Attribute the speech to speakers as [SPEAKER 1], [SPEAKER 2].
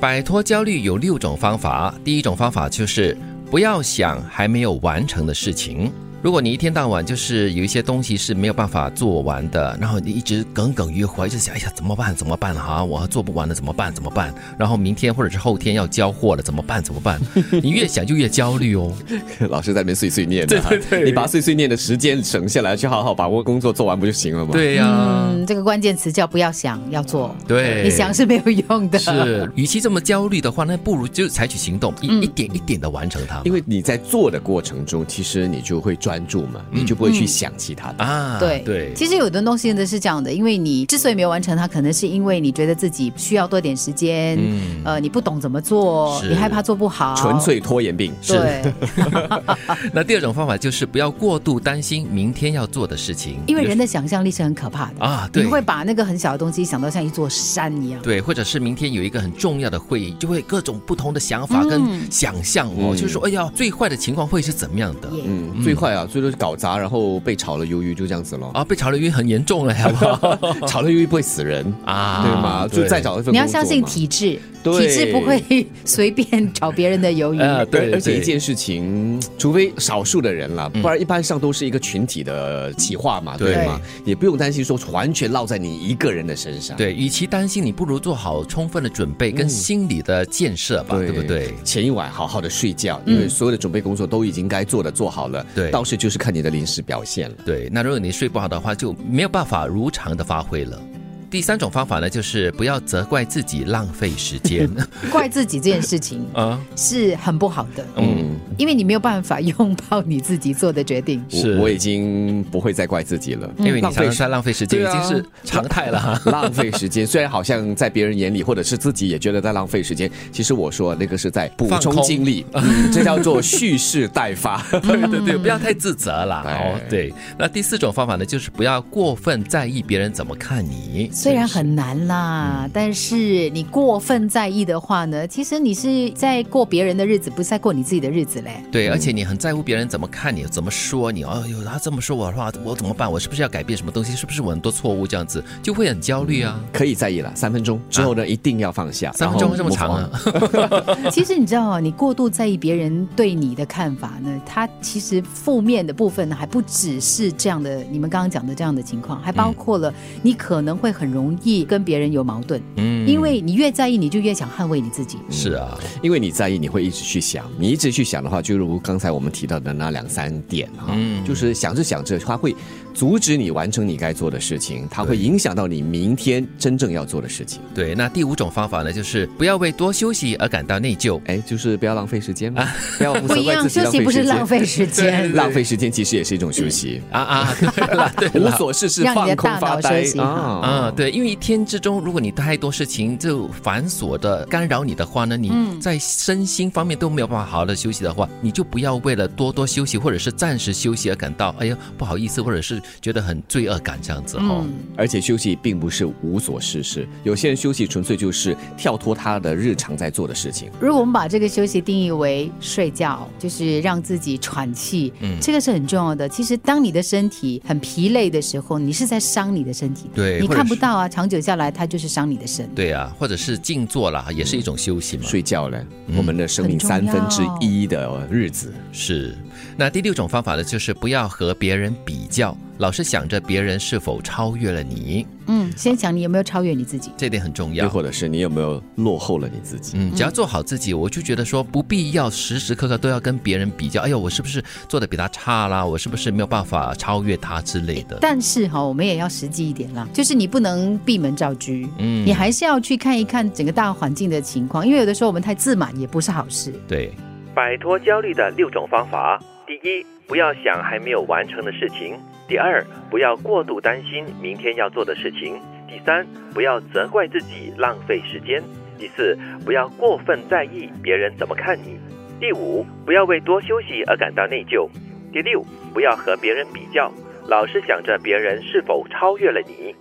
[SPEAKER 1] 摆脱焦虑有六种方法，第一种方法就是不要想还没有完成的事情。如果你一天到晚就是有一些东西是没有办法做完的，然后你一直耿耿于怀，就想哎呀怎么办怎么办哈、我做不完了怎么办怎么办？然后明天或者是后天要交货了怎么办怎么办？你越想就越焦虑哦。
[SPEAKER 2] 老师在那边碎碎念的哈，对对对你把碎碎念的时间省下来，去好好把握工作做完不就行了吗？，
[SPEAKER 1] 对呀、
[SPEAKER 3] 嗯，这个关键词叫不要想，要做。
[SPEAKER 1] 对，
[SPEAKER 3] 你想是没有用的。
[SPEAKER 1] 是，与其这么焦虑的话，那不如就采取行动，一、一点一点的完成它嘛。
[SPEAKER 2] 因为你在做的过程中，其实你就会专注嘛，你就不会去想其他的。
[SPEAKER 1] 啊，
[SPEAKER 3] 对
[SPEAKER 1] 对，
[SPEAKER 3] 其实有的东西呢是这样的，因为你之所以没有完成它，可能是因为你觉得自己需要多点时间，呃，你不懂怎么做，
[SPEAKER 1] 是
[SPEAKER 3] 你害怕做不好，
[SPEAKER 2] 纯粹拖延病，
[SPEAKER 3] 嗯对，
[SPEAKER 1] 那第二种方法就是不要过度担心明天要做的事情，
[SPEAKER 3] 因为人的想象力是很可怕的，
[SPEAKER 1] 啊，
[SPEAKER 3] 你
[SPEAKER 1] 对。
[SPEAKER 3] 会把那个很小的东西想到像一座山一样。
[SPEAKER 1] 对，或者是明天有一个很重要的会议，就会各种不同的想法跟想象哦，
[SPEAKER 2] 嗯
[SPEAKER 1] 就是说，哎呀，最坏的情况会是怎么样的？
[SPEAKER 3] 耶
[SPEAKER 2] 嗯，最坏啊，最多是搞砸，然后被炒了鱿鱼，就这样子咯。
[SPEAKER 1] 啊，被炒了鱼很严重了，好不 好？
[SPEAKER 2] 炒了鱿鱼不会死人
[SPEAKER 1] 啊
[SPEAKER 2] 啊，对吗？就再找一份
[SPEAKER 3] 你要
[SPEAKER 2] 工作
[SPEAKER 3] 相信
[SPEAKER 2] 嘛
[SPEAKER 3] 体制，
[SPEAKER 2] 对呃
[SPEAKER 3] 体制不会 随便炒别人的鱿鱼。
[SPEAKER 1] 啊，对，
[SPEAKER 2] 嗯而而且
[SPEAKER 1] 对
[SPEAKER 2] 一件事情，除非少数的人啦，不然一般上都是一个群体的企划嘛，
[SPEAKER 1] 对
[SPEAKER 2] 对吗？也不用担心说完全落在你一个人的身上。
[SPEAKER 1] 对，与其担心，你不如做好充分的准备
[SPEAKER 2] 嗯
[SPEAKER 1] 跟心理的建设吧，对不对？嗯
[SPEAKER 2] 前一晚好好的睡觉，因为所有的准备工作都已经该做的做好了，
[SPEAKER 1] 对
[SPEAKER 2] 到时就是看你的临时表现了。
[SPEAKER 1] 对，那如果你睡不好的话，就没有办法如常的发挥了。第三种方法呢，就是不要责怪自己浪费时 间
[SPEAKER 3] 怪自己这件事情
[SPEAKER 1] 啊，
[SPEAKER 3] 是很不好的，
[SPEAKER 1] 嗯，
[SPEAKER 3] 因为你没有办法拥抱你自己做的决定。
[SPEAKER 1] 是嗯
[SPEAKER 2] 我我已经不会再怪自己了，
[SPEAKER 1] 因为你
[SPEAKER 2] 嗯浪
[SPEAKER 1] 常
[SPEAKER 2] 费
[SPEAKER 1] 常
[SPEAKER 2] 时
[SPEAKER 1] 在浪费时间，已
[SPEAKER 2] 对啊
[SPEAKER 1] 经是常态了哈。
[SPEAKER 2] 浪费时间，虽然好像在别人眼里，或者是自己也觉得在浪费时间，其实我说那个是在补
[SPEAKER 1] 放
[SPEAKER 2] 充
[SPEAKER 1] 空
[SPEAKER 2] 精力，嗯这叫做蓄势待发。
[SPEAKER 1] 对对
[SPEAKER 2] 嗯
[SPEAKER 1] 对，不要太自责啦。
[SPEAKER 2] 哎
[SPEAKER 1] 哦，对。那第四种方法呢，就是不要过分在意别人怎么看你。
[SPEAKER 3] 虽然很难啦，但是你过分在意的话呢，其实你是在过别人的日子，不是在过你自己的日子 嘞。
[SPEAKER 2] 嗯
[SPEAKER 1] 对，而且你很在乎别人怎么看你，怎么说你。哎呦，他这么说我的话，我怎么办？我是不是要改变什么东西？是不是我很多错误？这样子就会很焦虑啊。
[SPEAKER 2] 可以在意了，三分钟之后呢，一定要放下。
[SPEAKER 1] 三分钟这么长
[SPEAKER 2] 然
[SPEAKER 1] 啊
[SPEAKER 2] 后？
[SPEAKER 3] 其实你知道啊，你过度在意别人对你的看法呢，它其实负面的部分呢，还不只是这样的，你们刚刚讲的这样的情况，还包括了你可能会很容易跟别人有矛盾，
[SPEAKER 1] 嗯，
[SPEAKER 3] 因为你越在意，你就越想捍卫你自己。
[SPEAKER 1] 是啊，
[SPEAKER 2] move on 因为你在意，你会一直去想，你一直去想的话，就如刚才我们提到的那两三点哈，
[SPEAKER 1] 嗯
[SPEAKER 2] 就是想着想着，它会阻止你完成你该做的事情，它会影响到你明天真正要做的事情。
[SPEAKER 1] 对。那第五种方法呢，就是不要为多休息而感到内疚。
[SPEAKER 2] 哎，就是不要浪费时间
[SPEAKER 1] 啊
[SPEAKER 2] 嘛，不要
[SPEAKER 3] 不一样，休息不是浪。费时 间，
[SPEAKER 2] 浪费时间其实也是一种休息，
[SPEAKER 1] 啊啊， 对了对
[SPEAKER 2] 无
[SPEAKER 1] 了。
[SPEAKER 2] 所事事，
[SPEAKER 3] 让你
[SPEAKER 2] 放
[SPEAKER 3] 的
[SPEAKER 2] 空
[SPEAKER 3] 大
[SPEAKER 2] 发
[SPEAKER 3] 脑
[SPEAKER 2] 呆
[SPEAKER 3] 休息
[SPEAKER 2] 哦
[SPEAKER 1] 啊，，对，因为一天之中，如果你太多事情就繁琐的干扰你的话呢，你在身心方面都没有办法好好的休息的话，你就不要为了多多休息或者是暂时休息而感到哎呀不好意思，或者是觉得很罪恶感这样子哦。
[SPEAKER 2] 而且休息并不是无所事事，有些人休息纯粹就是跳脱他的日常在做的事情。
[SPEAKER 3] 如果我们把这个休息定义为睡觉，就是让自己喘气，嗯，这个是很重要的。其实，当你的身体很疲累的时候，你是在伤你的身体的，
[SPEAKER 1] 对
[SPEAKER 3] 你
[SPEAKER 1] 或者
[SPEAKER 3] 看不
[SPEAKER 1] 是
[SPEAKER 3] 到啊，长久下来，它就是伤你的身。
[SPEAKER 1] 对啊，或者是静坐啦，也是一种休息嘛。
[SPEAKER 2] 睡觉呢，
[SPEAKER 1] 嗯
[SPEAKER 2] 我们的生命三
[SPEAKER 3] 很重
[SPEAKER 2] 分
[SPEAKER 3] 要
[SPEAKER 2] 之一的呃日子，
[SPEAKER 1] 是。那第六种方法呢，就是不要和别人比较，老是想着别人是否超越了你，
[SPEAKER 3] 嗯，先想你有没有超越你自己。
[SPEAKER 1] 这点很重要
[SPEAKER 2] 又。或者是你有没有落后了你自己？
[SPEAKER 1] 嗯，只要做好自己，我就觉得说不必要时时刻刻都要跟别人比较。哎呦，我是不是做的比他差啦？我是不是没有办法超越他之类的？
[SPEAKER 3] 但是哈、我们也要实际一点啦，就是你不能闭门造车，
[SPEAKER 1] 嗯
[SPEAKER 3] 你还是要去看一看整个大环境的情况，因为有的时候我们太自满也不是好事。
[SPEAKER 1] 对，
[SPEAKER 4] 摆脱焦虑的六种方法：第一，不要想还没有完成的事情；第二，不要过度担心明天要做的事情；第三，不要责怪自己浪费时间；第四，不要过分在意别人怎么看你；第五，不要为多休息而感到内疚；第六，不要和别人比较，老是想着别人是否超越了你；